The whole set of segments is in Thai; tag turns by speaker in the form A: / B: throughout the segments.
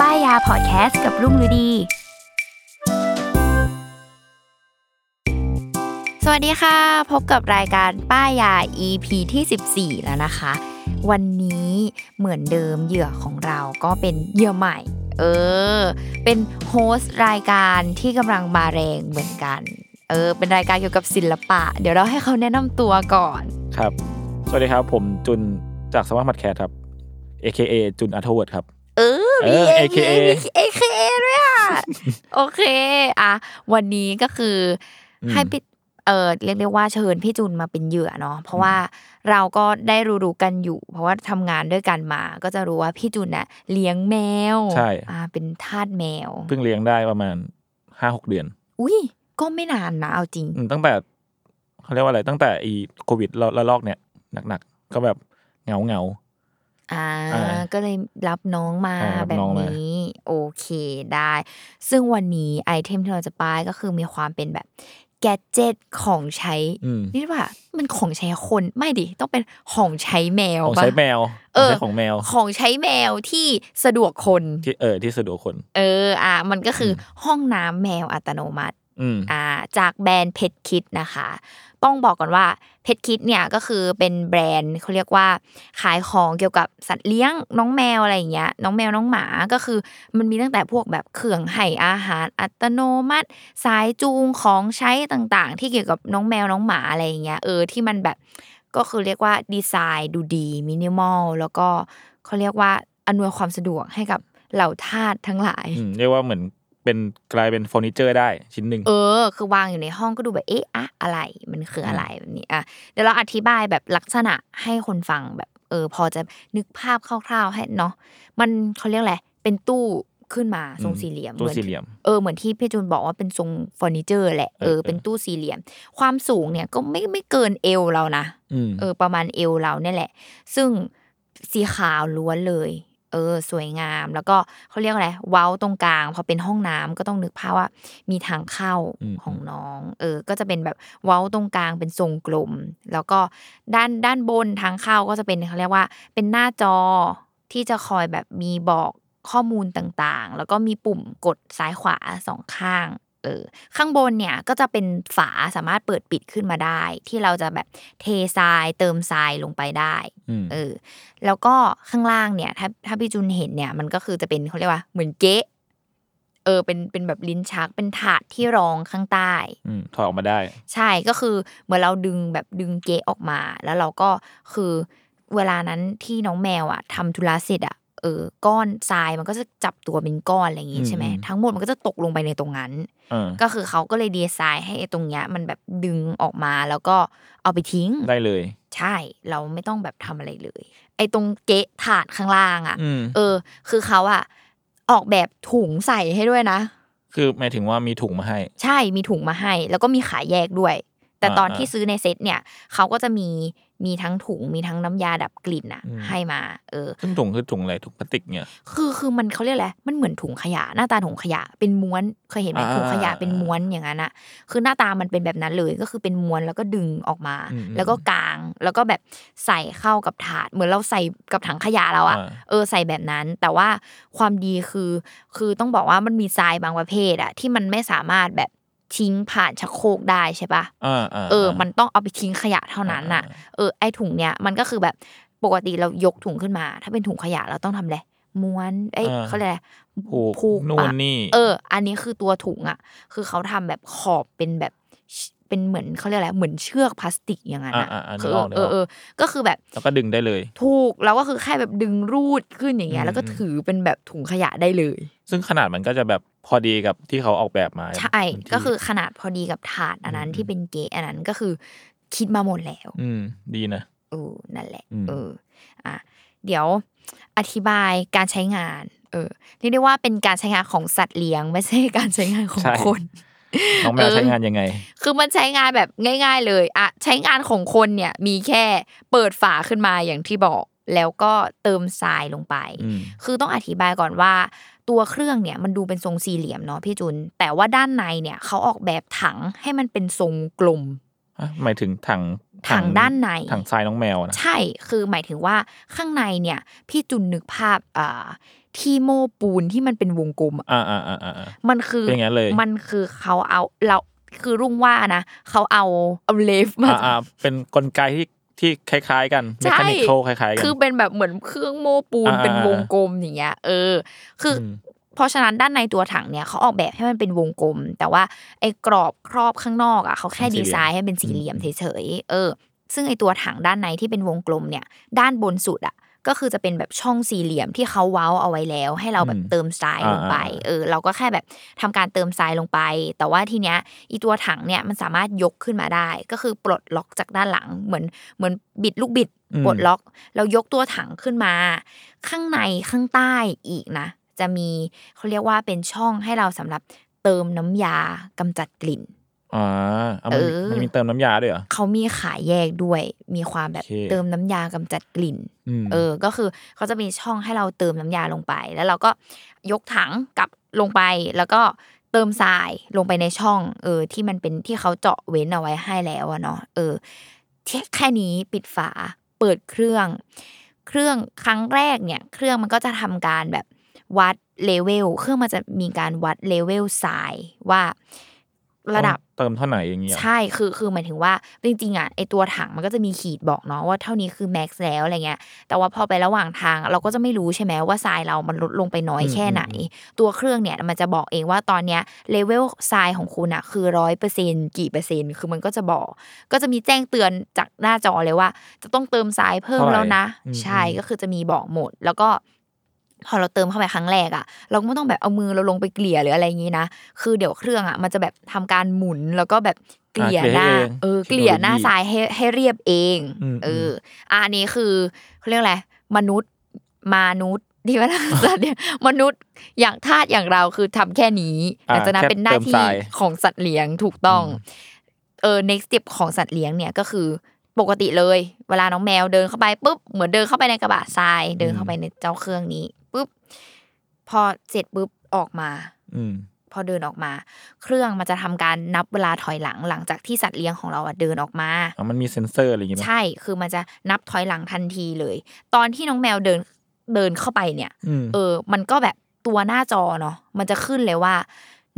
A: ป้ายยาพอดแคสต์กับรุ่งฤดี สวัสดีค่ะ พบกับรายการป้ายยา EP ที่ 14 แล้วนะคะ วันนี้เหมือนเดิมเหยื่อของเราก็เป็นเหยื่อใหม่ เออ เป็นโฮสต์รายการที่กำลังมาแรงเหมือนกัน เออ เป็นรายการเกี่ยวกับศิลปะ เดี๋ยวเราให้เขาแนะนำตัวก่อน
B: ครับ สวัสดีครับ ผมจุนจากสมาร์ทมัดแคทครับ AKA จุนอัธวัตครับ
A: เออมี
B: เออ
A: เอ
B: AKA
A: เอเคด้วย อ่ะ โอเค อ่ะ วันนี้ก็คืออ
B: ม
A: ให้พี่เออเรียกได้ว่าเชิญพี่จุนมาเป็นเหยื่อเนาะเพราะว่าเราก็ได้รู้ๆกันอยู่ เพราะว่าทำงานด้วยกันมา ก็จะรู้ว่าพี่จุนน่ะเลี้ยงแมว
B: ใช่
A: อ่า เป็นทาสแมว
B: เพิ่งเลี้ยงได้ประมาณห้าหกเดือน
A: อุ้ยก็ไม่นานนะเอาจริง
B: อืมตั้งแต่เขาเรียกว่าอะไร ตั้งแต่อีโควิดระระลอกเนี่ยหนักๆ ก็แบบเหงาเหงา
A: อ่า
B: อ่า
A: ก็เลยรับน้องมา
B: ใช่รับ
A: แบบ
B: น้องมานี้
A: นี้ โอเคได้ ซึ่งวันนี้ไอเทมที่เราจะป้ายก็คือมีความเป็นแบบแกเจ็ตของใช้
B: ๆอืม
A: นี่ว่ามันของใช้คนไม่ดิต้องเป็นของใช้แมว
B: ของ
A: ปะ
B: ใช้แมว
A: เออ
B: ใช้ของแมว
A: ของใช้แมวที่สะดวกคน
B: ที่เออที่สะดวกคน
A: เอออ่ะมันก็คืออ
B: ม
A: ห้องน้ำแมวอัตโนมัติ
B: อืม
A: อ่าจากแบรนด์เพชรคิดนะคะ ต้องบอกก่อนว่าเพชรคิดเนี่ยก็คือเป็นแบรนด์เขาเรียกว่า ขายของเกี่ยวกับสัตว์เลี้ยงน้องแมวอะไรอย่างเงี้ยน้องแมวน้องหมาก็คือ มันมีตั้งแต่พวกแบบเครื่องให้อาหารอัตโนมัติ สายจูงของใช้ต่างๆ ที่เกี่ยวกับน้องแมวน้องหมาอะไรอย่างเงี้ยเออที่มันแบบก็คือเรียกว่าดีไซน์ดูดีมินิมอลแล้วก็เขาเรียกว่าอำนวยความสะดวกให้กับเหล่าทาสทั้งหลาย
B: อืม เรียกว่าเหมือนเป็นกลายเป็นเฟอร์นิเจอร์ได้ชิ้นหนึ่ง
A: เออ คือวางอยู่ในห้องก็ดูแบบ เอ๊ะอะอะไร มันคืออะไรแบบนี้อ่ะ เดี๋ยวเราอธิบายแบบลักษณะให้คนฟังแบบ เออ พอจะนึกภาพคร่าวๆให้เนาะ มันเขาเรียกอะไร เป็นตู้ขึ้นมาทรง
B: อืม
A: สี่เหลี่ยม
B: ตัว
A: หอน
B: สี่เหลี่ยม
A: เออ เหมือนที่พี่จูนบอกว่าเป็นทรงเฟอร์นิเจอร์แหละ เอ
B: เออ
A: อ
B: เออ
A: เป็นตู้สี่เหลี่ยม ความสูงเนี่ยก็ไม่ไม่เกินเอวเรานะ
B: อืม
A: เออประมาณเอวเราเนี่ยแหละ ซึ่งสีขาวล้วนเลย เออ สวยงามแล้วก็เขาเรียกอะไรเว้าตรงกลางพอเป็นห้องน้ำก็ต้องนึกภาพว่ามีทางเข้า
B: อืม
A: ของน้อง เออ ก็จะเป็นแบบเว้าตรงกลางเป็นทรงกลม แล้วก็ด้านด้านบนทางเข้าก็จะเป็นเขาเรียกว่า เป็นหน้าจอที่จะคอยแบบมีบอกข้อมูลต่างๆ แล้วก็มีปุ่มกดซ้ายขวาสองข้าง เออข้างบนเนี่ยก็จะเป็นฝาสามารถเปิดปิดขึ้นมาได้ ที่เราจะแบบเททรายเติมทรายลงไปได้
B: อืม
A: เออ แล้วก็ข้างล่างเนี่ย ถ้าถ้าพี่จุนเห็นเนี่ย มันก็คือจะเป็นเขาเรียกว่าเหมือนเก๊ะเออ เป็นเป็นแบบลิ้นชักเป็นถาดที่รองข้างใต้
B: อืมถอดออกมาได้
A: ใช่ก็คือเหมือนเราดึงแบบดึงเกะออกมา แล้วเราก็คือเวลานั้นที่น้องแมวอ่ะทำธุระเสร็จอ่ะเออก้อนทรายมันก็จะจับตัวเป็นก้อนอะไรอย่างงี้ใช่ไหม
B: อืมอืม
A: ทั้งหมดมันก็จะตกลงไปในตรงนั้น
B: เออ
A: ก็คือเขาก็เลยดีไซน์ให้ไอ้ตรงเนี้ยมันแบบดึงออกมาแล้วก็เอาไปทิ้ง
B: ได้เลย
A: ใช่เราไม่ต้องแบบทำอะไรเลย ไอ้ตรงเกะถาดข้างล่างอ่ะ
B: อืม
A: เออ คือเขาอ่ะออกแบบถุงใส่ให้ด้วยนะ
B: คือหมายถึงว่ามีถุงมาให้
A: ใช่มีถุงมาให้ แล้วก็มีขายแยกด้วย แต่ตอน
B: อ่า
A: ที่ซื้อในเซตเนี่ยเขาก็จะมีมีทั้งถุงมีทั้งน้ำยาดับกลิ่นอ่ะ
B: อืม
A: ให้มา เออ
B: ซึ่งถุงคือถุงอะไรถุงพลาสติกเนี่ย
A: คือคือมันเขาเรียกอะไร มันเหมือนถุงขยะ หน้าตาถุงขยะเป็นม้วนเคยเห็นไหม
B: อ่า
A: ถุงขยะเป็น
B: อ่า
A: ม้วนอย่างนั้นอะคือหน้าตามันเป็นแบบนั้นเลยก็คือเป็นม้วนแล้วก็ดึงออกมา
B: อืมอืม
A: แล้วก็กางแล้วก็แบบใส่เข้ากับถาด เหมือนเราใส่กับถังขยะเราอะ
B: อ่า
A: เออใส่แบบนั้นแต่ว่าความดีคือ คือต้องบอกว่ามันมีทรายบางประเภทอะที่มันไม่สามารถแบบ ทิ้งผ่านชักโครกได้ใช่ปะ
B: อ่าา
A: เออ มันต้องเอาไปทิ้งขยะเท่านั้นน่ะ เออ ไอถุงเนี้ย มันก็คือแบบปกติเรายกถุงขึ้นมา ถ้าเป็นถุงขยะเราต้องทำอะไร ม้วน เอ้ยเขาเรียกอะไร
B: ผูก
A: ผูก
B: นู่น
A: ปะ
B: นี่
A: เออ อันนี้คือตัวถุงอ่ะ คือเขาทำแบบขอบเป็นแบบเชเป็นเหมือนเขาเรียกอะไร เหมือนเชือกพลาสติกอย่างนั้น
B: อ่า
A: น่ะ
B: อ่าอ่า
A: คื
B: นึ
A: อก
B: ออกนึก
A: เออ
B: ออก
A: เออ ก็คือแบบ
B: แล้วก็ดึงได้เลย
A: ถูกแล้วก็คือแค่แบบดึงรูดขึ้นอย่างเงี้
B: อื
A: ย
B: ม
A: แล้วก็ถือเป็นแบบถุงขยะได้เลย
B: ซึ่งขนาดมันก็จะแบบพอดีกับที่เขาออกแบบมา
A: ใช่
B: พื้นที่
A: ก็คือขนาดพอดีกับถาดอันนั้น
B: อืม
A: ที่เป็นเกะอันนั้นก็คือคิดมาหมดแล้ว
B: อืม ดีนะ
A: เออนั่นแหละ
B: อืม
A: เอออ่ะเดี๋ยวอธิบายการใช้งานเออเรียกได้ว่าเป็นการใช้งานของสัตว์เลี้ยง ไม่ใช่การใช้งานของ
B: ใช่
A: คน
B: น้องแมว
A: เออ
B: ใช้งานยังไง
A: คือมันใช้งานแบบง่าย ๆ เลยอ่ะใช้งานของคนเนี่ยมีแค่เปิดฝาขึ้นมาอย่างที่บอก แล้วก็เติมทรายลงไป
B: อืม
A: คือต้องอธิบายก่อนว่า ตัวเครื่องเนี่ยมันดูเป็นทรงสี่เหลี่ยมเนาะพี่จุน แต่ว่าด้านในเนี่ยเขาออกแบบถังให้มันเป็นทรงกลม
B: อ่ะหมายถึงถัง
A: ถังด้านใน
B: ถังทรายน้องแมวนะ
A: ใช่ คือหมายถึงว่าข้างในเนี่ย พี่จุนนึกภาพอ่าที่โม้ปูนที่มันเป็นวงกลมอะ
B: อ่าอ่าอ่าอ่า
A: มันคือ
B: เป็นอย่างนั้นเลย
A: มันคือเขาเอาเราคือรุ่งว่านะเขาเอาเอาเลฟมา
B: อ่าอ่าเป็นกลไกที่ที่คล้ายๆกันเม
A: ใช่
B: คานิคอลคล้ายๆกัน
A: คือเป็นแบบเหมือนเครื่องโม้ปูน
B: อ่า
A: เป็น
B: อ่าว
A: งกลมอย่างเงี้ยเออ คืออ
B: ม
A: เพราะฉะนั้นด้านในตัวถังเนี่ยเขาออกแบบให้มันเป็นวงกลม แต่ว่าไอ้กรอบครอบข้างนอกอ่ะเขาแค่ดีไซน์ให้เป็นสี่เหลี่ยมเฉยๆเออ ซึ่งไอ้ตัวถังด้านในที่เป็นวงกลมเนี่ย ด้านบนสุดอ่ะ ก็คือจะเป็นแบบช่องสี่เหลี่ยมที่เขาเว้าเอาไว้แล้ว ให้เราแบบ
B: อืม
A: เติมทรายลงไป
B: อ่าๆ
A: เออ เราก็แค่แบบทำการเติมทรายลงไป แต่ว่าทีเนี้ยอีตัวถังเนี่ยมันสามารถยกขึ้นมาได้ ก็คือปลดล็อกจากด้านหลังเหมือนเหมือนบิดลูกบิด
B: อืม
A: ปลดล็อกแล้วยกตัวถังขึ้นมา ข้างในข้างใต้อีกนะ จะมีเขาเรียกว่าเป็นช่องให้เราสำหรับเติมน้ำยากำจัดกลิ่น
B: อ่าเอา
A: เออ
B: มันมีมันมีเติมน้ำยาด้วยเหรอ
A: เขามีขายแยกด้วย มีความแบบ
B: โอเค
A: เติมน้ำยากำจัดกลิ่น
B: อืม
A: เออ ก็คือเขาจะมีช่องให้เราเติมน้ำยาลงไป แล้วเราก็ยกถังกลับลงไป แล้วก็เติมทรายลงไปในช่อง เออ ที่มันเป็นที่เขาเจาะเว้นเอาไว้ให้แล้วอะเนาะ เออที่แค่นี้ปิดฝา เปิดเครื่อง เครื่องครั้งแรกเนี่ย เครื่องมันก็จะทำการแบบวัดเลเวล เครื่องมันจะมีการวัดเลเวลทรายว่าระดับ
B: เติมเท่าไหร่อย่างเงี้ย
A: ใช่ คือ คือ หมายถึงว่า จริง ๆ อ่ะ ไอตัวถังมันก็จะมีขีดบอกเนาะว่าเท่านี้คือแม็กซ์แล้วอะไรเงี้ย แต่ว่าพอไประหว่างทางเราก็จะไม่รู้ใช่ไหมว่าทรายเรามันลดลงไปน้อย
B: อืม
A: แค่ไหน ตัวเครื่องเนี่ยมันจะบอกเองว่าตอนเนี้ยเลเวลทรายของคุณอ่ะคือร้อยเปอร์เซ็นกี่เปอร์เซ็นต์คือมันก็จะบอก ก็จะมีแจ้งเตือนจากหน้าจอเลยว่า จะต้องเติมทรายเพิ่ม
B: เท่าไหร่
A: แล้วนะ
B: อืม
A: ใช่
B: อืม
A: ก็คือจะมีบอกหมด แล้วก็ พอเราเติมเข้าไปครั้งแรกอ่ะ เราก็ไม่ต้องแบบเอามือเราลงไปเกลี่ยหรืออะไรอย่างนี้นะ คือเดี๋ยวเครื่องอ่ะมันจะแบบทำการหมุนแล้วก็แบบเกลี่ย
B: อ่าเก
A: ห
B: ลี่ย
A: น้า
B: ให้เอง
A: เออเกลี่ยหน้า
B: เทคโนโลยี
A: ซ้ายให้ให้เรียบเอง
B: อืม
A: เอออะอันนี้คือเขาเรียกอะไรมนุษย์มนุษย์ที่ว่าสัตว์เนี่ย มนุษย์อย่างทาสอย่างเราคือทำแค่นี้ห
B: อ่า
A: ลังจากนั้น
B: แค่
A: เป็นหน้า
B: เติมท
A: ที่
B: ราย
A: ของสัตว์เลี้ยงถูกต้อง
B: อืม
A: เออ next step ของสัตว์เลี้ยงเนี่ยก็คือปกติเลยเวลาน้องแมวเดินเข้าไปปุ๊บเหมือนเดินเข้าไปในกระบะทรายเดินเข้าไปในเจ้าเครื่องนี้ปุ๊บพอเสร็จปุ๊บออกมา
B: อืม
A: พอเดินออกมา เครื่องมันจะทำการนับเวลาถอยหลังหลังจากที่สัตว์เลี้ยงของเราอะเดินออกมา
B: อ่ะมันมีเซ็นเซอร์อะไรอย่างงี้ไหม
A: ใช่คือมันจะนับถอยหลังทันทีเลย ตอนที่น้องแมวเดินเดินเข้าไปเนี่ย
B: อืม
A: เออ มันก็แบบตัวหน้าจอเนาะมันจะขึ้นเลยว่า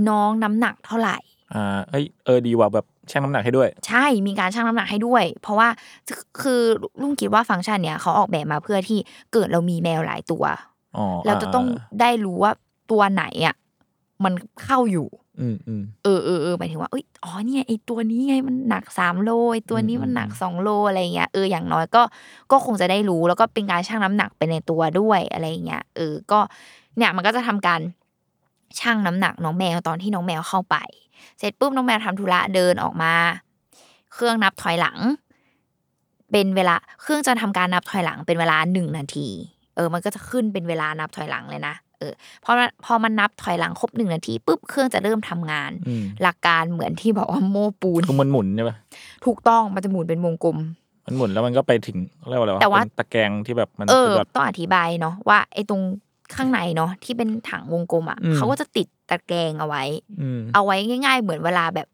A: น้องน้ำหนักเท่าไหร่
B: อ่า เอ้ย เออ ดีว่ะแบบชั่งน้ำหนักให้ด้วย
A: ใช่ มีการชั่งน้ำหนักให้ด้วย เพราะว่าคือลุงคิดว่าฟังก์ชันเนี่ยเขาออกแบบมาเพื่อที่เกิดเรามีแมวหลายตัว
B: อ๋อ
A: เราจะต้องได้รู้ว่าตัวไหนอ่ะมันเข้าอยู่
B: อืมอืม
A: เออเออเออหมายถึงว่าเอ้ยอ๋อเนี่ยไอตัวนี้ไงมันหนักสามโลไอตัวนี้
B: อืม
A: มันหนัก
B: อืม
A: สองโลอะไรเงี้ยเอออย่างน้อยก็ก็คงจะได้รู้แล้วก็เป็นการชั่งน้ำหนักไปในตัวด้วยอะไรเงี้ยเออก็เนี่ยมันก็จะทำการชั่งน้ำหนักน้องแมวตอนที่น้องแมวเข้าไป เสร็จปุ๊บน้องแมวทำธุระเดินออกมา เครื่องนับถอยหลัง เป็นเวลาเครื่องจะทำการนับถอยหลังเป็นเวลาหนึ่งนาที เออ มันก็จะขึ้นเป็นเวลานับถอยหลังเลยนะเออพอมันพอมันนับถอยหลังครบหนึ่งนาทีปุ๊บเครื่องจะเริ่มทำงาน
B: อืม
A: หลักการเหมือนที่บอกว่าโม้ ปูน
B: คือมันหมุนใช่ปะ
A: ถูกต้องมันจะหมุนเป็นวงกลม
B: มันหมุนแล้วมันก็ไปถึงเรียกว่าอะไรวะ
A: แต่ว่า
B: เป็นตะแกรงที่แบบมัน
A: เออ
B: คือแบบ
A: ต้องอธิบายเนาะว่าไอ้ตรงข้างในเนาะที่เป็นถังวงกลมอ่ะ
B: อืม
A: เขาก็จะติดตะแกรงเอาไว้
B: อืม
A: เอาไว้ง่าย ๆ เหมือนเวลาแบบ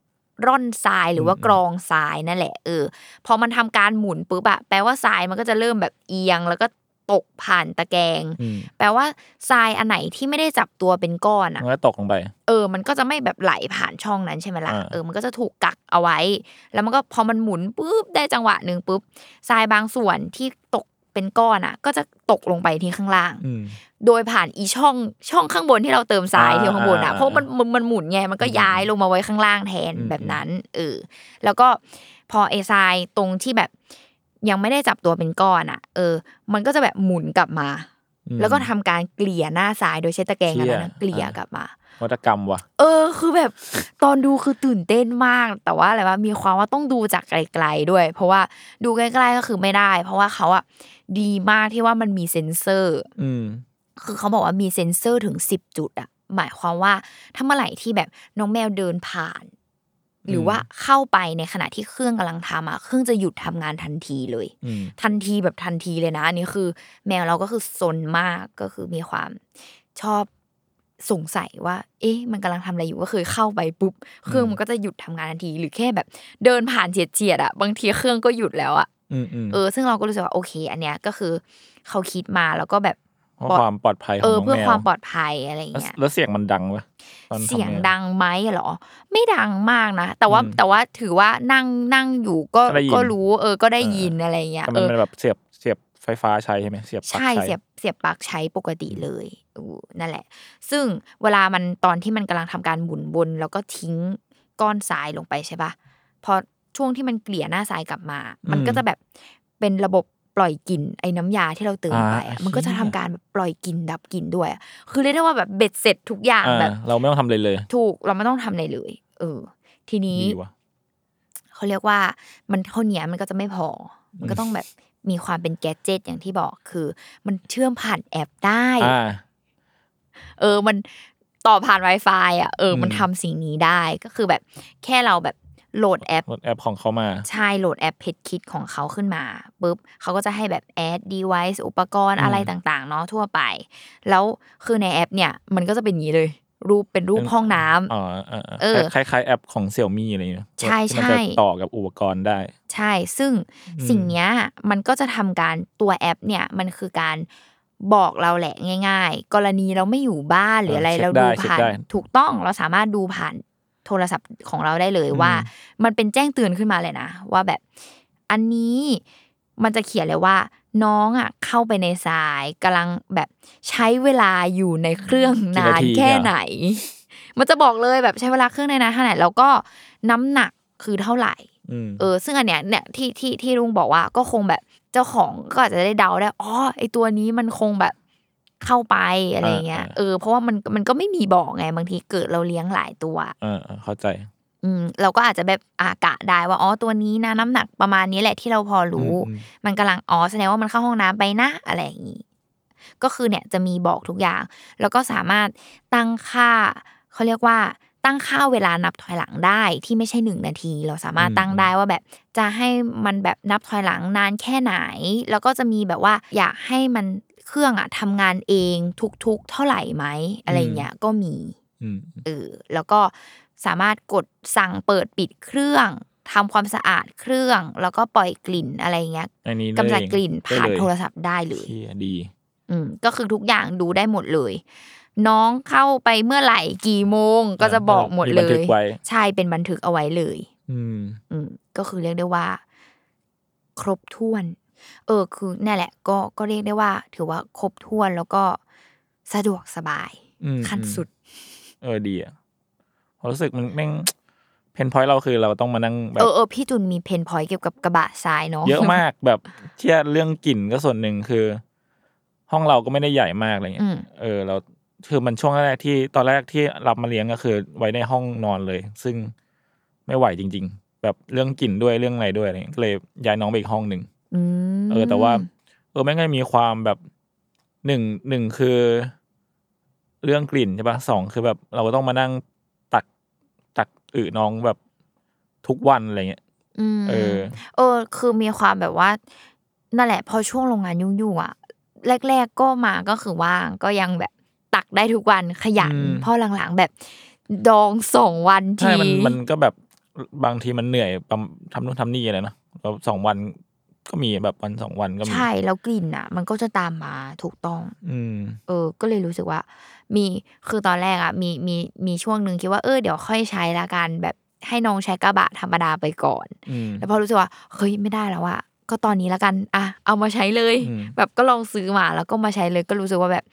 A: ร่อนทรายหรือว่า
B: อืม
A: กรองทรายนั่นแหละเออพอมันทำการหมุนปุ๊บอะแปลว่าทรายมันก็จะเริ่มแบบเอียงแล้วก็ ตกผ่านตะแกรง
B: อืม
A: แปลว่าทรายอันไหนที่ไม่ได้จับตัวเป็นก้อนอะ
B: มันก็ตกลงไป
A: เออมันก็จะไม่แบบไหลผ่านช่องนั้นใช่ไหมล่ะ
B: อ่า
A: เออมันก็จะถูกกักเอาไว้ แล้วมันก็พอมันหมุนปุ๊บได้จังหวะหนึ่งปุ๊บทรายบางส่วนที่ตกเป็นก้อนอะก็จะตกลงไปที่ข้างล่าง
B: อืม
A: โดยผ่านอีช่องช่องข้างบนที่เราเติมทราย
B: อ่า
A: ที่ข้างบนอ่ะ
B: อ่า
A: เพราะมันมันมันหมุนไงมันก็
B: อืม
A: ย้ายลงมาไว้ข้างล่างแทน
B: อืม
A: แบบนั้นเออแล้วก็พอไอทรายตรงที่แบบยังไม่ได้จับตัวเป็นก้อนอ่ะ เออ มันก็จะแบบหมุนกลับมา
B: อืม
A: แล้วก็ทำการเกลี่ยหน้าทรายโดยใช้ตะแกรงอันนั้นนะ
B: เชี่ย
A: เกลี่ย
B: อ่ากก
A: ลับมา
B: วัตกรรมว่ะ
A: เออ คือแบบตอนดูคือตื่นเต้นมาก แต่ว่าอะไรว่ามีความว่าต้องดูจากไกลๆด้วย เพราะว่าดูใกล้ๆก็คือไม่ได้ เพราะว่าเขาอ่ะดีมากที่ว่ามันมีเซ็นเซอร์
B: อืม
A: คือเขาบอกว่ามีเซ็นเซอร์ถึงสิบจุดอะหมายความว่าถ้าเมื่อไหร่ที่แบบน้องแมวเดินผ่าน หรือว่าเข้าไปในขณะที่เครื่องกำลังทำอะเครื่องจะหยุดทำงานทันทีเลย
B: อืม
A: ทันทีแบบทันทีเลยนะอันนี้คือ แมวเราก็คือซนมากก็คือมีความชอบสงสัยว่า เอ๊ะ มันกำลังทำอะไรอยู่ก็คือเข้าไปปุ๊บเครื่องมันก็จะหยุดทำงานทันที หรือแค่แบบเดินผ่านเฉียดๆอะบางทีเครื่องก็หยุดแล้วอะ
B: อืมอืม
A: เออซึ่งเราก็รู้สึกว่าโอเค อันเนี้ยก็คือเขาคิดมาแล้วก็แบบ
B: เพราะความปลอดภัยข
A: เออ
B: องน้องแมว
A: เพื่อความปลอดภัยอะไรอย่างเงี้ย
B: แล้วแล้วเสียงมันดังปะตอนทำ
A: เสียง
B: นี่
A: ดังไหมเหรอ ไม่ดังมากนะ แต่ว่า
B: อืม
A: แต่ว่าถือว่านั่งนั่งอยู่ก็
B: ก็ได้ยิน
A: ก็รู้ เออก็ได้ยิน
B: เอออ
A: อะไรอย่างเงี้ย
B: แต่
A: เออ
B: มันมันแบบเสียบเสียบไฟฟ้าใช้ใช่ไหมเสียบปลั๊ก
A: ใช่เสียบเสียบปลั๊กใช้ปกติเลยอู้นั่นแหละ ซึ่งเวลามันตอนที่มันกำลังทำการหมุนวนแล้วก็ทิ้งก้อนทรายลงไปใช่ปะพอช่วงที่มันเกลี่ยหน้าทรายกลับมา มันก็จะแบบเป็นระบบปล่อยกลิ่นไอ้น้ำยาที่เราเติมไปอะมันก็จะทำการแบบปล่อยกลิ่นดับกลิ่นด้วยอะคือเรียกได้ว่าแบบเบ็ดเสร็จทุกอย่าง
B: อ่า
A: แบบ
B: เราไม่ต้องทำเลยเลย
A: ถูกเราไม่ต้องทำอะไรเลย เออ ทีนี้
B: ดีว่ะ
A: เขาเรียกว่ามันเท่าเนี้ยมันก็จะไม่พอ มันก็ต้องแบบมีความเป็นแกดเจิตอย่างที่บอกคือ มันเชื่อมผ่านแอปได้
B: อ่า
A: เออ มันต่อผ่าน Wi-Fi อ่ะเอออ
B: ม
A: มันทำสิ่งนี้ได้ก็คือแบบแค่เราแบบโหลดแอป
B: โหลดแอปของเขามา
A: ใช่โหลดแอปเพจคิดของเขาขึ้นมาปุ๊บเขาก็จะให้แบบ แอด device อุปกรณ์
B: อืม
A: อะไรต่างๆ เนาะทั่วไป แล้วคือในแอปเนี่ย มันก็จะเป็นอย่างนี้เลย รูปเป็นรูป
B: เป็น
A: ห้องน้ำ
B: อ๋ออ่า
A: เออ
B: คล้ายคล้ายๆแอปของเซี่ยมี่อะไรอย่างเงี้ย
A: ใช่
B: ที่มันจะ
A: ใช่
B: ต่อกับอุปกรณ์ได้
A: ใช่ ซึ่ง
B: อืม
A: สิ่งเนี้ยมันก็จะทำการตัวแอปเนี่ยมันคือการบอกเราแหละง่าย ๆ กรณีเราไม่อยู่บ้านหรืออะไร
B: เช็ค
A: เรา
B: ได้
A: ดู
B: เช็ค
A: ผ่าน
B: ได้
A: ถูกต้องเราสามารถดูผ่านโทรศัพท์ของเราได้เลยว่า มันเป็นแจ้งเตือนขึ้นมาเลยนะ ว่าแบบอันนี้มันจะเขียนเลยว่า น้องอ่ะเข้าไปในสายกำลังแบบใช้เวลาอยู่ในเครื่อง
B: กี่
A: นาน
B: าน ที
A: แค่
B: เนี่ย
A: ไหน มันจะบอกเลยแบบใช้เวลาเครื่องในนานเท่าไหร่แล้วก็น้ำหนักคือเท่าไหร่
B: อืม
A: เออซึ่งอันเนี้ยเนี่ยที่ที่ที่ลุงบอกว่าก็คงแบบเจ้าของก็อาจจะได้เดาได้อ๋อไอตัวนี้มันคงแบบเข้าไปอะไรเงี้ยเออเพราะว่ามันมันก็ไม่มีบอกไงบางทีเกิดเราเลี้ยงหลายตัว
B: อ่าอ่าเข้าใจ
A: อืมเราก็อาจจะแบบอากะได้ว่าอ๋อตัวนี้นะน้ำหนักประมาณนี้แหละที่เราพอรู้
B: อืมอืม
A: มันกำลังอ๋อแสดงว่ามันเข้าห้องน้ำไปนะอะไรอย่างนี้ก็คือเนี่ยจะมีบอกทุกอย่าง แล้วก็สามารถตั้งค่าเขาเรียกว่าตั้งค่าเวลานับถอยหลังได้ที่ไม่ใช่หนึ่งนาที เราสามารถตั้งได้ว่าแบบ จะให้มันแบบนับถอยหลังนานแค่ไหน แล้วก็จะมีแบบว่าอยากให้มันเครื่องอะทำงานเองทุกๆ เท่าไหร่ไหมอะไรอย่างเงี้ยก็มี
B: อืม
A: เออแล้วก็สามารถกดสั่งเปิดปิดเครื่องทำความสะอาดเครื่อง แล้วก็ปล่อยกลิ่นอะไรเงี้ย
B: อันนี้
A: กำจัดกลิ่นผ่าน
B: ได้เลย
A: โทรศัพท์ได้เลย
B: เชี่ยดี
A: อืมก็คือทุกอย่างดูได้หมดเลย น้องเข้าไปเมื่อไหร่กี่โมงก็จะบอกหมดเล
B: บันทึ
A: ย
B: กไว้
A: ใช่เป็นบันทึกเอาไว้เลย
B: อืม
A: อืมก็คือเรียกได้ว่า ครบถ้วน เออ คือนั่นแหละ ก็ก็เรียกได้ว่า ถือว่าครบถ้วนแล้วก็สะดวกสบาย
B: อืม
A: ขั้น
B: อืม
A: สุด
B: เออดีอ่ะผมรู้สึกมันแม่ง เพนพอยต์เราคือเราต้องมานั่งแบ
A: เอบ อเออพี่จุนมีเพนพอยเกี่ยวกับกระบะทรายเนาะ
B: เยอะมากแบบเที่ยเรื่องกลิ่นก็ส่วนหนึ่งคือ ห้องเราก็ไม่ได้ใหญ่มากอะไรเงี้ย
A: อืม
B: เออเราคือมันช่วงแรกที่ตอนแรกที่รับมาเลี้ยงก็คือ ไว้ในห้องนอนเลย ซึ่งไม่ไหวจริง ๆ แบบเรื่องกลิ่นด้วยเรื่องอะไรด้วยอะไรเงี้ยก็เลยย้ายน้องไปอีกห้องหนึ่ง
A: อืม
B: เออ แต่ว่าเออแม่งก็มีความแบบหนึ่งหนึ่งคือ เรื่องกลิ่นใช่ปะสองคือแบบ เราก็ต้องมานั่งตักตักอึน้องแบบทุกวันอะไรเงี้ย
A: อืม
B: เออ
A: เออ คือมีความแบบว่า นั่นแหละ พอช่วงโรงงานยุ่งๆอ่ะ แรก ๆก็มาก็คือว่างก็ยังแบบตักได้ทุกวันขยัน
B: อืม
A: พอหลังๆแบบดองสองวันที
B: ใช่มันมันก็แบบบางทีมันเหนื่อยปั๊มทำนู่นทำนี่อะไรเนอะแบบสองวัน ก็มีแบบวันสองวันก็มี
A: ใช่แล้วกลิ่นอ่ะ มันก็จะตามมาถูกต้อง
B: อืม
A: เออ ก็เลยรู้สึกว่า มีคือตอนแรกอ่ะ มีมีมีช่วงหนึ่งคิดว่าเออเดี๋ยวค่อยใช้ละกันแบบให้น้องใช้กระบะธรรมดาไปก่อน
B: อืม
A: แล้วพอรู้สึกว่าเฮ้ยไม่ได้แล้วอะก็ตอนนี้ละกันอะเอามาใช้เลย
B: อืม
A: แบบก็ลองซื้อมาแล้วก็มาใช้เลยก็รู้สึกว่าแบบ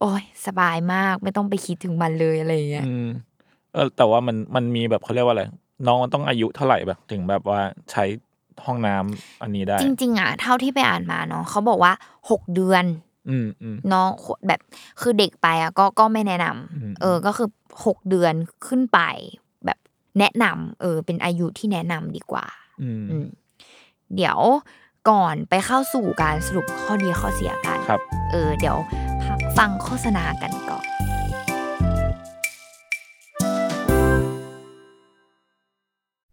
A: โอ้ยสบายมากไม่ต้องไปคิดถึงมันเลยอะไรอย่างเงี้ย
B: อืมเออแต่ว่ามันมันมีแบบเขาเรียกว่าอะไรน้องมันต้องอายุเท่าไหร่แบบถึงแบบว่าใช้ห้องน้ำอันนี้ได้
A: จริง ๆอะเท่าที่ไปอ่านมาเนาะเขาบอกว่าหกเดือน
B: อืมอืม
A: น้องแบบคือเด็กไปอ่ะก็ก็ไม่แนะนำ
B: อืม
A: เออ ก็คือหกเดือนขึ้นไป แบบแนะนำเออ เป็นอายุที่แนะนำดีกว่า
B: อืม
A: อืมเดี๋ยวก่อนไปเข้าสู่การสรุปข้อดีข้อเสียกัน
B: ครับ
A: เออเดี๋ยวพักฟังโฆษณากันก่อน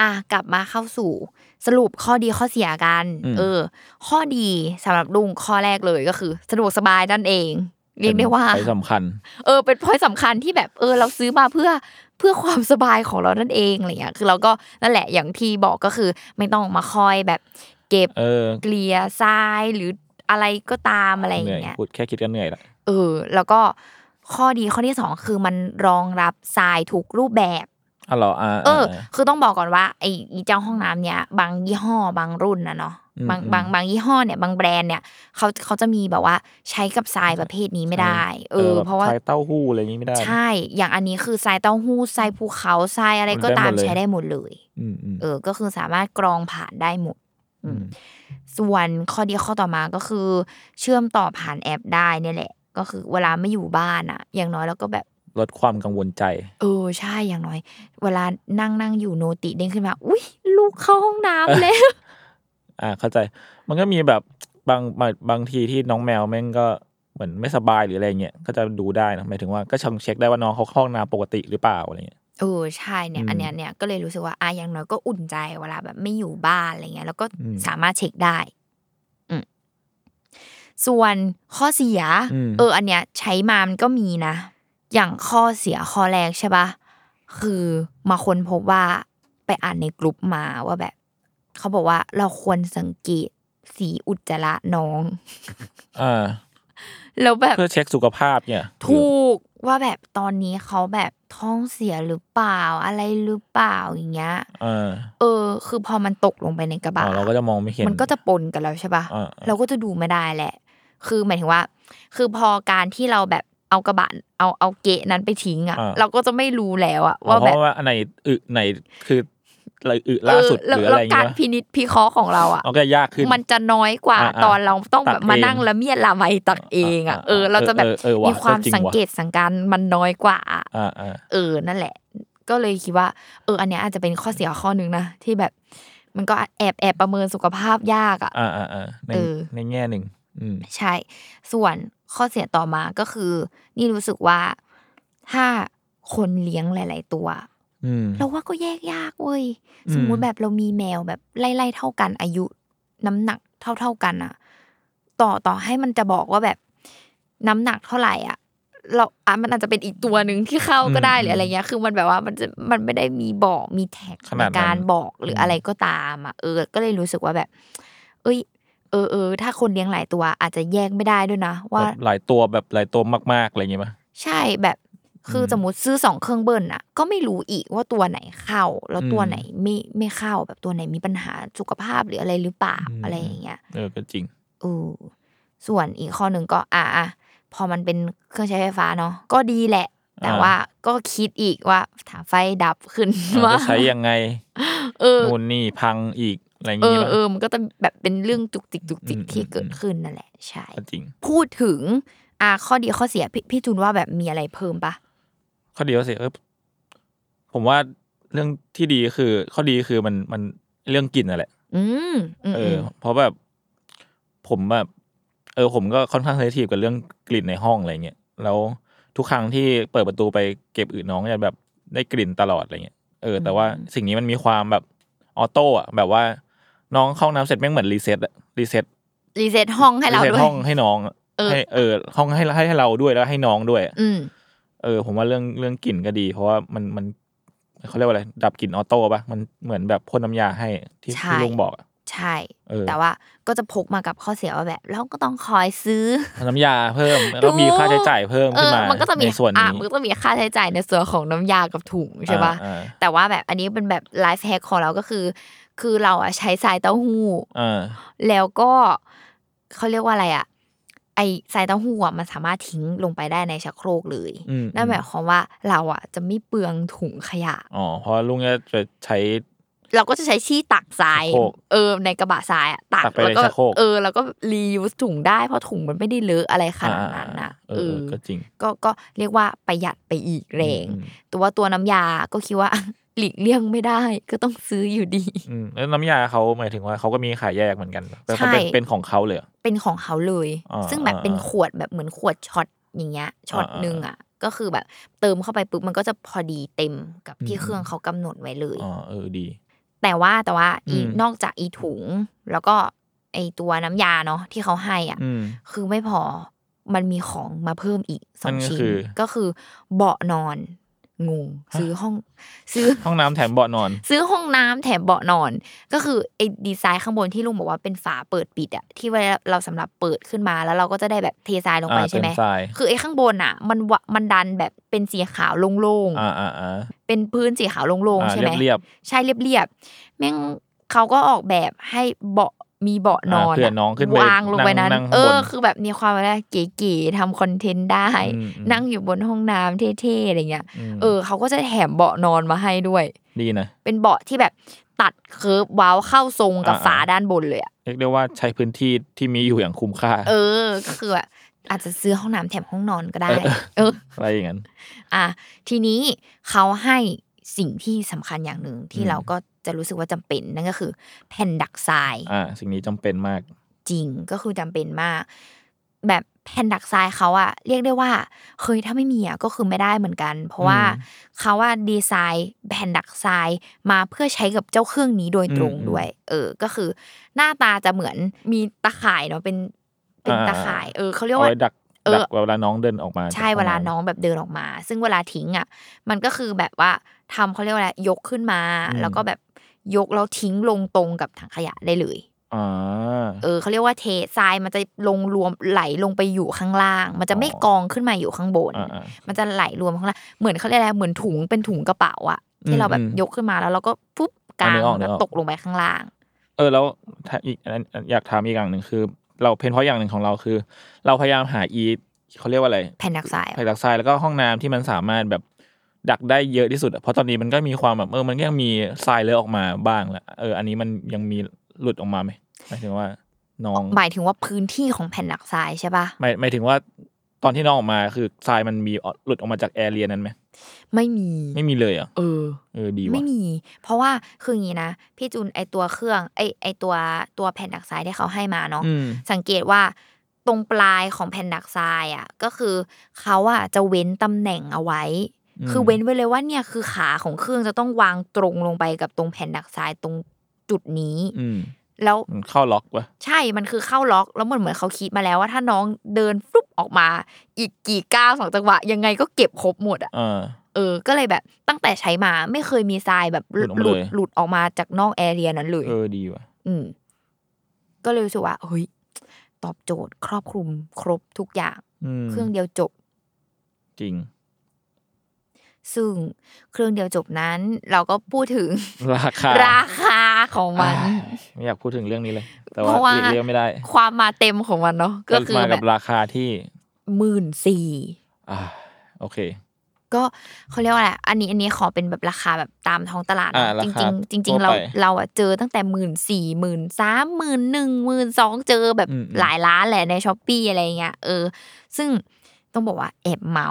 A: อ่ะกลับมาเข้าสู่สรุปข้อดีข้อเสียกัน
B: อืม
A: เออ ข้อดีสำหรับลุงข้อแรกเลยก็คือสะดวกสบายนั่นเองเรียกได้ว่า
B: ป็นสำคัญ
A: เออเป็นพอยสำคัญที่แบบเออเราซื้อมาเพื่อเพื่อความสบายของเรานั่นเองอะไรเงี้ยคือเราก็นั่นแหละอย่างที่บอกก็คือ ไม่ต้องมาคอยแบบ เก็บ
B: เออ
A: เกลียทรายหรืออะไรก็ตามอะไรอ
B: เหนื่อย
A: ย่างเงี้ย
B: พูดแค่คิดก็เหนื่อยละ
A: เออแล้วก็ข้อดีข้อที่สองคือมันรองรับทรายทุกรูปแบบ
B: อ๋อเหรออ่า
A: เออ
B: าา
A: คือต้องบอกก่อนว่าไอ้อีเจ้าห้องน้ำเนี่ย บางยี่ห้อบางรุ่นนะเนาะ
B: อืม
A: บาง
B: อืม
A: บางบางยี่ห้อเนี่ย บางแบรนด์เนี่ยเขาเขาจะมีแบบว่าใช้กับทรายประเภทนี้ไม่ได้ เออ
B: แบบ
A: เพราะว่า
B: ใช้เต้าหู้อะไรอย่างนี้ไม่ได้นะ
A: ใช่ อย่างอันนี้คือทรายเต้าหู้ทรายภูเขาทรายอะไรก็ตาม
B: มันได้หมดเลย
A: ใช้ได้หมดเลย
B: อืมอืม
A: เออ ก็คือสามารถกรองผ่านได้หมด อืม ส่วนข้อดีข้อต่อมาก็คือ เชื่อมต่อผ่านแอปได้เนี่ยแหละ ก็คือเวลาไม่อยู่บ้านอะอย่างน้อยเราก็แบบ
B: ลดความกังวลใจ
A: เออใช่อย่างน้อย เวลานั่งนั่งอยู่โนติเด้งขึ้นมา อุ้ยลูกเข้าห้องน้ำแล้ว
B: อ่าเข้าใจ มันก็มีแบบบางบางบางทีที่น้องแมวแม่งก็เหมือนไม่สบายหรืออะไรเงี้ยก็จะดูได้นะหมายถึงว่าก็ช่องเช็คได้ว่าน้องเขาเข้าห้องน้ำปกติหรือเปล่าอะไรเงี้ย
A: เออใช่เนี่ย
B: อืม
A: อันเนี้ยเนี่ยก็เลยรู้สึกว่าอ่ะอย่างน้อยก็อุ่นใจเวลาแบบไม่อยู่บ้านอะไรเงี้ย แล้วก็
B: อืม
A: สามารถเช็คได้ อืมส่วนข้อเสีย
B: อืม
A: เออ อันเนี้ย ใช้มามันก็มีนะ อย่างข้อเสียข้อแรกใช่ปะคือมาค้นพบว่าไปอ่านในกลุ่มมาว่าแบบ เขาบอกว่าเราควรสังเกตสีอุจจาระน้อง
B: อ่า
A: แล้วแบบ
B: เพื่อเช็คสุขภาพเนี่ย
A: ถูกว่าแบบตอนนี้เขาแบบท้องเสียหรือเปล่าอะไรหรือเปล่าอย่างเงี้ย
B: เออ
A: เออ คือพอมันตกลงไปในกระ
B: อ๋
A: บะ
B: อเราก็จะมองไม่เห็น
A: มันก็จะปนกันแล้วใช่ปะ
B: อ่าๆ
A: เราก็จะดูไม่ได้แหละ คือหมายถึงว่า คือพอการที่เราแบบเอากระบะเอาเอาเกะนั้นไปทิ้งอ่ะ เราก็จะไม่รู้แล้วอ่ะ
B: อ๋อ
A: ว่า
B: เพ
A: แบบ
B: ราะว่าอันไหนอึไหนคืออะไรอึล่าสุด
A: เ
B: หรืออะไร
A: แล้ว
B: เงี้
A: กาย รพินิจพิเคราะห์ของเราอ่ะ
B: มันก็ยากขึ้น
A: มันจะน้อยกว่า
B: อ่าๆ
A: ตอนเราต้องแบบมา
B: ตักเอง
A: นั่งละเมียดละไมตักเองอ่ะ
B: อ่าๆ
A: เออ เราจะแบบ
B: เออเออเออว่ะ
A: มีความ
B: ก็จริง
A: สัง
B: ว่ะ
A: เกตสังการมันน้อยกว่า
B: อ่าอ่า
A: เออ นั่นแหละ ก็เลยคิดว่า เออ อันเนี้ยอาจจะเป็นข้อเสียข้อหนึ่งนะ ที่แบบ มันก็แอบแอบประเมินสุขภาพยากอ่ะ
B: อ่าอ่าอ่าใน
A: เออ
B: ในแง่หนึ่งอืม
A: ใช่ ส่วนข้อเสียต่อมาก็คือ นี่รู้สึกว่า ถ้าคนเลี้ยงหลาย ๆ ตัว
B: อืม
A: เราว่าก็แยกยากเว้ย
B: อืม
A: สมมุติแบบเรามีแมวแบบไล่ๆเท่ากันอายุ น้ำหนักเท่าเท่าๆกันอะต่อต่อให้มันจะบอกว่าแบบน้ำหนักเท่าไหร่อ่ะ เราอ่ะมันอาจจะเป็นอีกตัวหนึ่งที่เข้าก็ได้หรืออะไรเงี้ย คือมันแบบว่ามันจะมันไม่ได้มีบอกมีแท็ก
B: ขนาดนั้น
A: ในการบอกหรืออะไรก็ตามอ่ะเออ ก็เลยรู้สึกว่าแบบ เอ้ย เออเออถ้าคนเลี้ยงหลายตัว อาจจะแยกไม่ได้ด้วยนะว่า
B: แบบหลายตัวแบบหลายตัวมากๆอะไรเงี้ยป่ะ
A: ใช่แบบคืออ
B: ม
A: สมมติซื้อสองเครื่องเบิ้ลน่ะ ก็ไม่รู้อีกว่าตัวไหนเข้า แล้วตัว
B: อืม
A: ไหนไม่ไม่เข้าแบบตัวไหนมีปัญหาสุขภาพหรืออะไรหรือเปล่า
B: อืม
A: อะไรอย่างเงี้ย
B: เออก็จริง
A: เออส่วนอีกข้อหนึ่งก็อ่ะอ่ะพอมันเป็นเครื่องใช้ไฟฟ้าเนาะก็ดีแหละ แต่
B: อ่า
A: ว่าก็คิดอีกว่าถามไฟดับขึ้น
B: เออ
A: ว่า
B: จะใช้ยังไง
A: เออ
B: นู่นนี่พังอีกอะไรอย่าง
A: เออ
B: งี้ป่ะ
A: เออมันก็จะแบบเป็นเรื่องจุกจิกจุกจิก
B: อืม
A: ที่
B: อืม
A: เกิดขึ้นนั่นแหละ ใช่
B: ก็จริง
A: พูดถึง อ่ะข้อดีข้อเสียพี่พี่จูนว่าแบบมีอะไรเพิ่มปะ
B: ข้อดีก็สิเออผมว่าเรื่องที่ดีคือ ข้อดีคือมันมันเรื่องกลิ่นนั่นแหละ
A: อืมอืม
B: เอ
A: อื
B: อ
A: ม
B: เพราะแบบผมแบบ เออ ผมก็ค่อนข้างเซนซิทีฟกับเรื่องกลิ่นในห้องอะไรเงี้ยแล้วทุกครั้งที่เปิดประตูไปเก็บอืดน้องจะแบบได้กลิ่นตลอดอะไรเงี้ยเออแต่ว่าสิ่งนี้มันมีความแบบออโต้อะแบบว่าน้องเข้าน้ำเสร็จแม่งเหมือนรีเซ็ตอะรีเซ็ต
A: รีเซ็ตห้องให้เรา
B: รีเซ็ต
A: ด้วย
B: ห้องให้น้องอะ
A: เออ
B: ให้เออห้องให้ให้ให้เราด้วยแล้วให้น้องด้วยอะ
A: อืม
B: เออ ผมว่าเรื่องเรื่องกลิ่นก็ดี เพราะว่ามันมันเขาเรียกว่าอะไรดับกลิ่นออโต้ปะมันเหมือนแบบพ่นน้ำยาให้ที่
A: ใช่
B: ที่ลุงบอกอะ
A: ใช่
B: เออ
A: แต่ว่าก็จะพกมากับข้อเสียว่าแบบ เราก็ต้องคอยซื้อ
B: น้ำยาเพิ่มแล้วก็มีค่าใช้จ่ายเพิ่ม
A: เอ
B: ขึ้น
A: อ
B: มา
A: มันก็จะมี
B: ในส่วน
A: อ่ะ
B: นี้
A: มันก็จะมีค่าใช้จ่ายในส่วนของน้ำยากับถุงใช่ป่ะ
B: อ่า
A: แต่ว่าแบบอันนี้เป็นแบบไลฟ์แฮกของเราก็คือ คือเราอ่ะใช้สายเต้าหู้
B: อ่า
A: แล้วก็เขาเรียกว่าอะไรอ่ะ ไอสายเต้าหู้อ่ะมันสามารถทิ้งลงไปได้ในชักโครกเลย
B: อืม
A: นั่นหมายความว่าเราอ่ะจะไม่เปลืองถุงขยะ
B: อ๋อเพราะลุงจะใช้
A: เราก็จะใช้ชี้ตักทราย
B: ชักโครก
A: เออในกระบะทรายอ่ะตัก
B: ตักไปใน
A: แล้วก็
B: ชักโครก
A: เออ แล้วก็รียูสถุงได้เพราะถุงมันไม่ได้เลอะอะไรขนาดนั้นนะ
B: เออก็จริง
A: ก็ก็เรียกว่าประหยัดไปอีกแรง
B: อืม
A: ตัวตัวน้ำยาก็คิดว่า หลีกเลี่ยงไม่ได้ ก็ต้องซื้ออยู่ดี
B: อืมแล้วน้ำยาเขาหมายถึงว่าเขาก็มีขายแยกเหมือนกันแต่
A: ใช่
B: มันเป็นเป็นของเขาเลยเหรอ
A: เป็นของเขาเลย
B: อ่า
A: ซึ่งแบบ
B: อ่า
A: เป็นขวดแบบเหมือนขวดช็อตอย่างเงี้ยช็อต
B: อ่า
A: หนึ่งอ่ะ ก็คือแบบเติมเข้าไปปุ๊บมันก็จะพอดีเต็มกับที่
B: อืม
A: เครื่องเขากำหนดไว้เลย
B: อ๋อเออดี
A: แต่ว่าแต่ว่าอี
B: อืม
A: นอกจากอีถุง แล้วก็ไอตัวน้ำยาเนาะที่เขาให้อ่ะ
B: อืม
A: คือไม่พอมันมีของมาเพิ่มอีกสอง
B: นั่นก็
A: ชิ้น
B: คือ
A: ก็คือเบาะนอนงงซื้อห้องซื้อ
B: ห้องน้ำแถมเบาะนอน
A: ซื้อห้องน้ำแถมเบาะนอน ก็คือไอ้ดีไซน์ข้างบนที่ลุงบอกว่าเป็นฝาเปิดปิดอะที่เวลาเราสำหรับเปิดขึ้นมาแล้วเราก็จะได้แบบเททรายลงไป
B: อ่า
A: ใช่ไหม
B: เติมทราย
A: คือไอ้ข้างบนอะมันวะมันดันแบบเป็นสีขาวโล่ง
B: อ่าอ่าอ่า
A: ๆเป็นพื้นสีขาวโล่งๆ
B: อ่า
A: ใช่ไหม
B: เรียบ
A: ใช่เรียบๆแม่งเขาก็ออกแบบให้เบาะมีเบาะ
B: ๆ
A: นอ
B: อ่าน เพื่อน้องขึ้นไป
A: วางลงไปนั้น
B: งข้างบ
A: เออ คือแบบมีความอะไรเก๋ๆทำคอนเทนต์ได้
B: อืมอืม
A: นั่งอยู่บนห้องน้ำเท่ๆอะไรเงี้ย
B: ม
A: เออเขาก็จะแถมเบาะนอนมาให้ด้วย
B: ดีนะ
A: เป็นเบาะที่แบบตัดเคิร์ฟเว้าวเข้าทรงกับ
B: อ่าๆ
A: ฝาด้านบนเลยอะ
B: เรียกได้ว่าใช้พื้นที่ที่มีอยู่อย่างคุ้มค่า
A: เออก็คือแบบอาจจะซื้อห้องน้ำแถมห้องนอนก็ได้
B: เออ
A: เออ
B: อะไรอย่างนั้น
A: อ่ะทีนี้เขาให้สิ่งที่สำคัญอย่างหนึ่งที่
B: อืม
A: เราก็จะรู้สึกว่าจำเป็นนั่นก็คือ แผ่นดักทราย
B: อ่า สิ่งนี้จำเป็นมาก
A: จริงก็คือจำเป็นมาก แบบแผ่นดักทรายเขาอะเรียกได้ว่าเคยถ้าไม่มีอะก็คือไม่ได้เหมือนกัน เพราะว่า
B: อืม
A: เขาว่าดีไซน์แผ่นดักทรายมาเพื่อใช้กับเจ้าเครื่องนี้โดยตรงด้วย เออ ก็คือหน้าตาจะเหมือนมีตะข่ายเนาะเป็นเป็นตะข่าย เออเขาเรียก
B: เอา
A: ว่า
B: ไว้ดัก
A: เออ
B: ดักเวลาน้องเดินออกมาจก
A: ใช่
B: ห้
A: เวลา
B: ำ
A: น้องแบบเดินออกมา ซึ่งเวลาทิ้งอ่ะ มันก็คือแบบว่าทำเขาเรียกว่าอะไรยกขึ้นมา
B: อืม
A: แล้วก็แบบยกแล้วทิ้งลงตรงกับถังขยะได้เลย
B: อ่า
A: เออเขาเรียกว่าเททรายมันจะลงรวมไหลลงไปอยู่ข้างล่าง มันจะไม่
B: อ๋อ
A: กองขึ้นมาอยู่ข้างบน
B: อ่าอ่า
A: มันจะไหลรวมข้างล่างเหมือนเขาเรียกอะไรเหมือนถุงเป็นถุงกระเป๋าอะที่เราแบบ
B: อืมอืม
A: ยกขึ้นมาแล้วเราก็ปุ๊บกาง
B: อ่ะนึกออกนึ
A: แล้
B: ก
A: ว
B: ออก
A: ตกลงไปข้างล่าง
B: เออแล้วถ้าอีกอันอันอยากถามอีกอย่างหนึ่งคือ เราเพนเพราะอย่างหนึ่งของเราคือ เราพยายามหาอีเขาเรียกว่าอะไร
A: แผ่นดักทราย
B: ไผ่ดักทรายแล้วก็ห้องน้ำที่มันสามารถแบบดักได้เยอะที่สุดอะเพราะตอนนี้มันก็มีความแบบเออมันก็ยังมีทรายเลอะออกมาบ้างแหละเอออันนี้มันยังมีหลุดออกมาไหมหมายถึงว่าน้อง
A: หมายถึงว่าพื้นที่ของแผ่นดักทรายใช่ปะ
B: หมายหมายถึงว่าตอนที่น้องออกมาคือทรายมันมีหลุดออกมาจากแอเรียนั้นไหม
A: ไม่มี
B: ไม่มีเลยเหรอ่ะ
A: เออ
B: เออดีว่ะ
A: ไม่มี เพราะว่าคืออย่างนี้นะ พี่จุนไอตัวเครื่องไอไอตัวตัวแผ่นดักทรายที่เขาให้มาเนาะ
B: อืม
A: สังเกตว่าตรงปลายของแผ่นดักทรายอ่ะก็คือเขาอ่ะจะเว้นตำแหน่งเอาไว้ คือเว้นไว้เลยว่าเนี่ยคือขาของเครื่องจะต้องวางตรงลงไปกับตรงแผ่นดักทรายตรงจุดนี้
B: อืม
A: แล้ว
B: มันเข้าล็อกวะ
A: ใช่มันคือเข้าล็อกแล้วมันเหมือนเขาคิดมาแล้วว่าถ้าน้องเดินฟลุปออกมา อีกกี่ก้าวสองจังหวะ ยังไงก็เก็บครบหมดอะ
B: เออ
A: เออ ก็เลยแบบตั้งแต่ใช้มาไม่เคยมีทรายแบบหลุด
B: หลุดออกมาเลย
A: หลุดออกมาจากนอกแอเรียนั้นเลย
B: เออดีว่ะ
A: อืม ก็เลยรู้สึกว่าเฮ้ย ตอบโจทย์ครอบคลุมครบทุกอย่าง
B: อืม
A: เครื่องเดียวจบ
B: จริง
A: ซึ่งเครื่องเดียวจบนั้น เราก็พูดถึง
B: ราคา
A: ราคาของมัน
B: อ่าไม่อยากพูดถึงเรื่องนี้เลย แต่
A: เพราะ
B: ว่า
A: ว่า
B: หลีกเลี่ยงไม่ได้
A: ความมาเต็มของมันเนาะก็คือ
B: มา
A: แบ
B: กับบ ราคาที่
A: หมื่นสี่
B: อ่า โอเค
A: ก็เขาเรียกว่าอะไรอันนี้อันนี้ขอเป็นแบบราคาแบบตามท้องตลาด
B: อ่า
A: นะ
B: รา
A: จ
B: คา
A: ริงๆจ
B: ทั่
A: ริง
B: ว
A: ๆ เรา
B: ไป
A: เราอะเจอตั้งแต่หมื่นสี่หมื่นสามหมื่นหนึ่งหมื่นสองเจอแบบ
B: อืมอืม
A: หลายร้านแหละในช้อปปีอะไรเงี้ยเออ ซึ่งต้องบอกว่าแอบเมา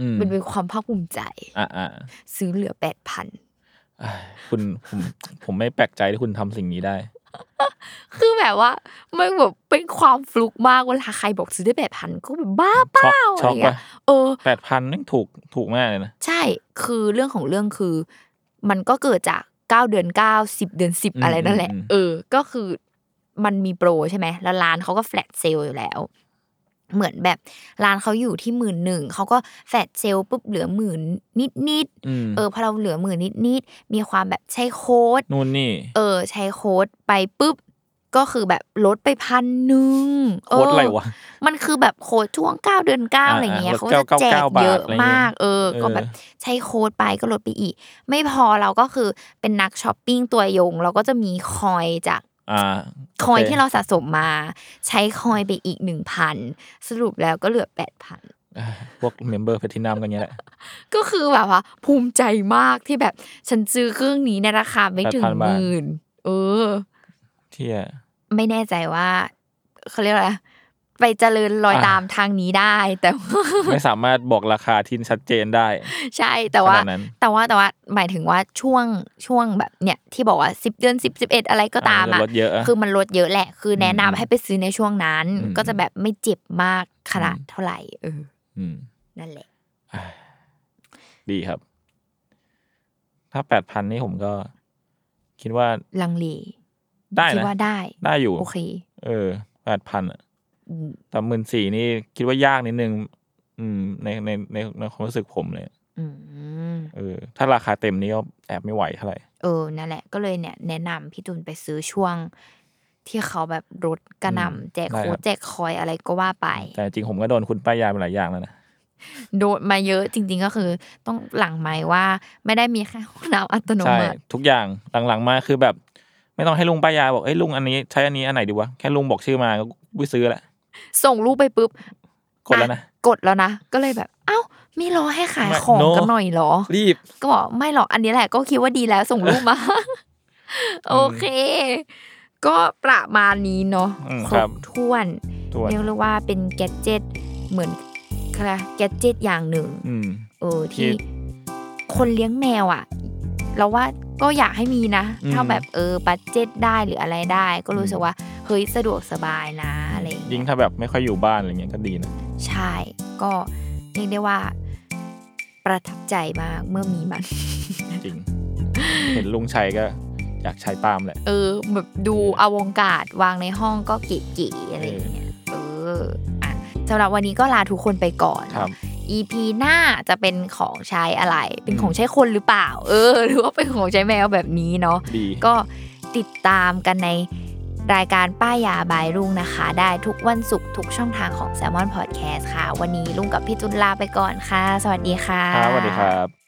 B: อืม
A: มันเป็นความภาคภูมิใจ
B: อ่าอ่า
A: ซื้อเหลือแปดพัน
B: คุณผมผมไม่แปลกใจที่คุณทำสิ่งนี้ได้
A: คือแบบว่ามันแบบเป็นความฟลุกมากเวลาใครบอกซื้อได้แปดพันก็แบบบ้าเป
B: ช็อก
A: ล่าอะไร
B: ช็อก
A: เงี้
B: ปะ
A: ยเออ
B: แปดพันนั่งถูกถูกมากเลยนะ
A: ใช่ คือเรื่องของเรื่องคือ มันก็เกิดจากเก้าเดือนเก้าสิบเดือนสิบ
B: อืม
A: อะไรนั่นแหละ
B: อืมอืม
A: เออ ก็คือมันมีโปรใช่ไหม แล้วร้านเขาก็แฟลตเซลอยู่แล้ว เหมือนแบบร้านเขาอยู่ที่หมื่นหนึ่งเขาก็แฟลตเซลปุ๊บเหลือหมื่นนิดนิดๆ
B: อืม
A: เออพอเราเหลือหมื่นนิดนิดๆมีความแบบใช้โค้ด
B: นู่นนี่
A: เออ ใช้โค้ดไปปุ๊บ ก็คือแบบลดไปพันหนึ่ง
B: โค้ดอะไรวะ
A: มันคือแบบโค้ดช่วงเก้าเดือนเก้า
B: อ่า
A: อะไรเงี้ย
B: อ่า
A: เขาก็จะแจก
B: 999บาท
A: เยอะมาก
B: อะไรเงี้ย
A: เออ
B: เออ
A: ก็แบบใช้โค้ดไปก็ลดไปอีก ไม่พอเราก็คือเป็นนักช้อปปิ้งตัวยง เราก็จะมีคอยจาก
B: อ่า
A: คอย
B: โ
A: ที่เราสะสมมา ใช้คอยไปอีกหนึ่งพันสรุปแล้วก็เหลือแปดพัน
B: อ่าพวกเมมเบอร์แพทินัมกันเนี้ยแหละ
A: ก็คือแบบว่า ภูมิใจมากที่แบบฉันซื้อเครื่องนี้ในราคาไม่ถึง
B: 8,000
A: ห
B: บาท
A: มื่นเออ
B: เที่ย
A: ไม่แน่ใจว่าเขาเรียกอะไรไปเจริญรอย
B: อ่ะ
A: ตามทางนี้ได้ แต่ว่า
B: ไม่สามารถบอกราคาที่ชัดเจนได้
A: ใช่แต่ว่า
B: ขนาดนั้น
A: แต่ว่าแต่ว่าหมายถึงว่าช่วงช่วงแบบเนี่ยที่บอกว่าสิบเดือนสิบสิบเอ็ดอะไรก็ตาม
B: อ่ะ
A: อ่ะ
B: ลดเยอะอะ
A: คือมันลดเยอะแหละ คือแนะนำ
B: อืม
A: ให้ไปซื้อในช่วงนั้น
B: อืม
A: ก็จะแบบไม่เจ็บมากขนาดเท่าไหร่เออ
B: อืม
A: นั่นแหละ
B: ดีครับ ถ้าแปดพันนี่ผมก็ คิดว่า
A: ลังเล
B: ได้
A: คิด
B: นะ
A: ว่าได้
B: ได้อยู่
A: โอเค
B: เออแปดพันอะ
A: อืม
B: แต่หมื่นสี่นี่คิดว่ายากนิดนึง อืม ในในในในความรู้สึกผมเลย
A: อืม
B: เออ ถ้าราคาเต็มนี่ก็แอบไม่ไหวเท่าไหร่
A: เออนั่นแหละ ก็เลยเนี่ยแนะนำพี่ตุนไปซื้อช่วง ที่เขาแบบรถกระห
B: อืม
A: นำแจก
B: ได้
A: โค้
B: ครั
A: ด
B: บ
A: แจกคอยอะไรก็ว่าไป
B: แต่จริงผมก็โดนคุณป้ายยาไปหลายอย่างแล้วนะ
A: โดนมาเยอะจริง ๆ ก็คือต้องหลังไม้ว่าไม่ได้มีแค่ห้องน้ำอัตโน
B: ใช่
A: มัติ
B: ทุกอย่างหลังๆมาคือแบบ ไม่ต้องให้ลุงป้ายยาบอกเอ้ยลุงอันนี้ใช้อันนี้อันไหนดีวะ แค่ลุงบอกชื่อมาก็กูซื้อละ
A: ส่งรูปไปปุ๊บ
B: กดแล้วนะ
A: อ่กดแล้วนะ ก็เลยแบบ เอ้า ไม่รอให้ขายของ
B: ไม่ no
A: กันหน่อยเหรอ
B: รีบ
A: ก็บอกไม่หรอกอันนี้แหละก็คิดว่าดีแล้วส่งรูป มา โอเค ก็ประมาณนี้เนาะ
B: อืม
A: ค
B: ค
A: ร
B: รับบ
A: ถ้วน
B: ถ้วน
A: เรียกว่าเป็นแกดเจิตเหมือนอะไรแกดเจิตอย่างหนึ่ง
B: อืม
A: เออที่
B: ที่
A: คนเลี้ยงแมวอ่ะ เราว่าก็อยากให้มีนะ
B: อืม
A: ถ้าแบบเออบัตเจ็ตได้หรืออะไรได้ ก็รู้สึกว่าเฮ้ยสะดวกสบายนะอะไรอย่าง
B: ยิ่
A: เงี้
B: ง
A: ย
B: ถ้าแบบไม่ค่อยอยู่บ้านอะไรเงี้ยก็ดีนะ
A: ใช่ ก็เรียกได้ว่า ประทับใจมากเมื่อมีมัน
B: จริง เห็นลุงใช้ก็อยากใช้ตามแหละ
A: เออ แบบดูอวองการวางในห้องก็เก๋ๆอะไรอย่างเงี้ยเอออ่ะสำหรับวันนี้ก็ลาทุกคนไปก่อน
B: ค
A: เน
B: รั
A: อะ
B: บ
A: EP หน้าจะเป็นของใช้อะไร เป็น
B: อืม
A: ของใช้คนหรือเปล่า เออ หรือว่าเป็นของใช้แมวแบบนี้เนาะ
B: ดี
A: ก็ติดตามกันในรายการป้ายยาบายรุ่งนะคะ ได้ทุกวันศุกร์ทุกช่องทางของ s ซ l m o n Podcast ค่ะ วันนี้ลุงกับพี่จุนลาไปก่อนค่ะ สวัสดีค่ะ
B: ครับสวัสดีครับ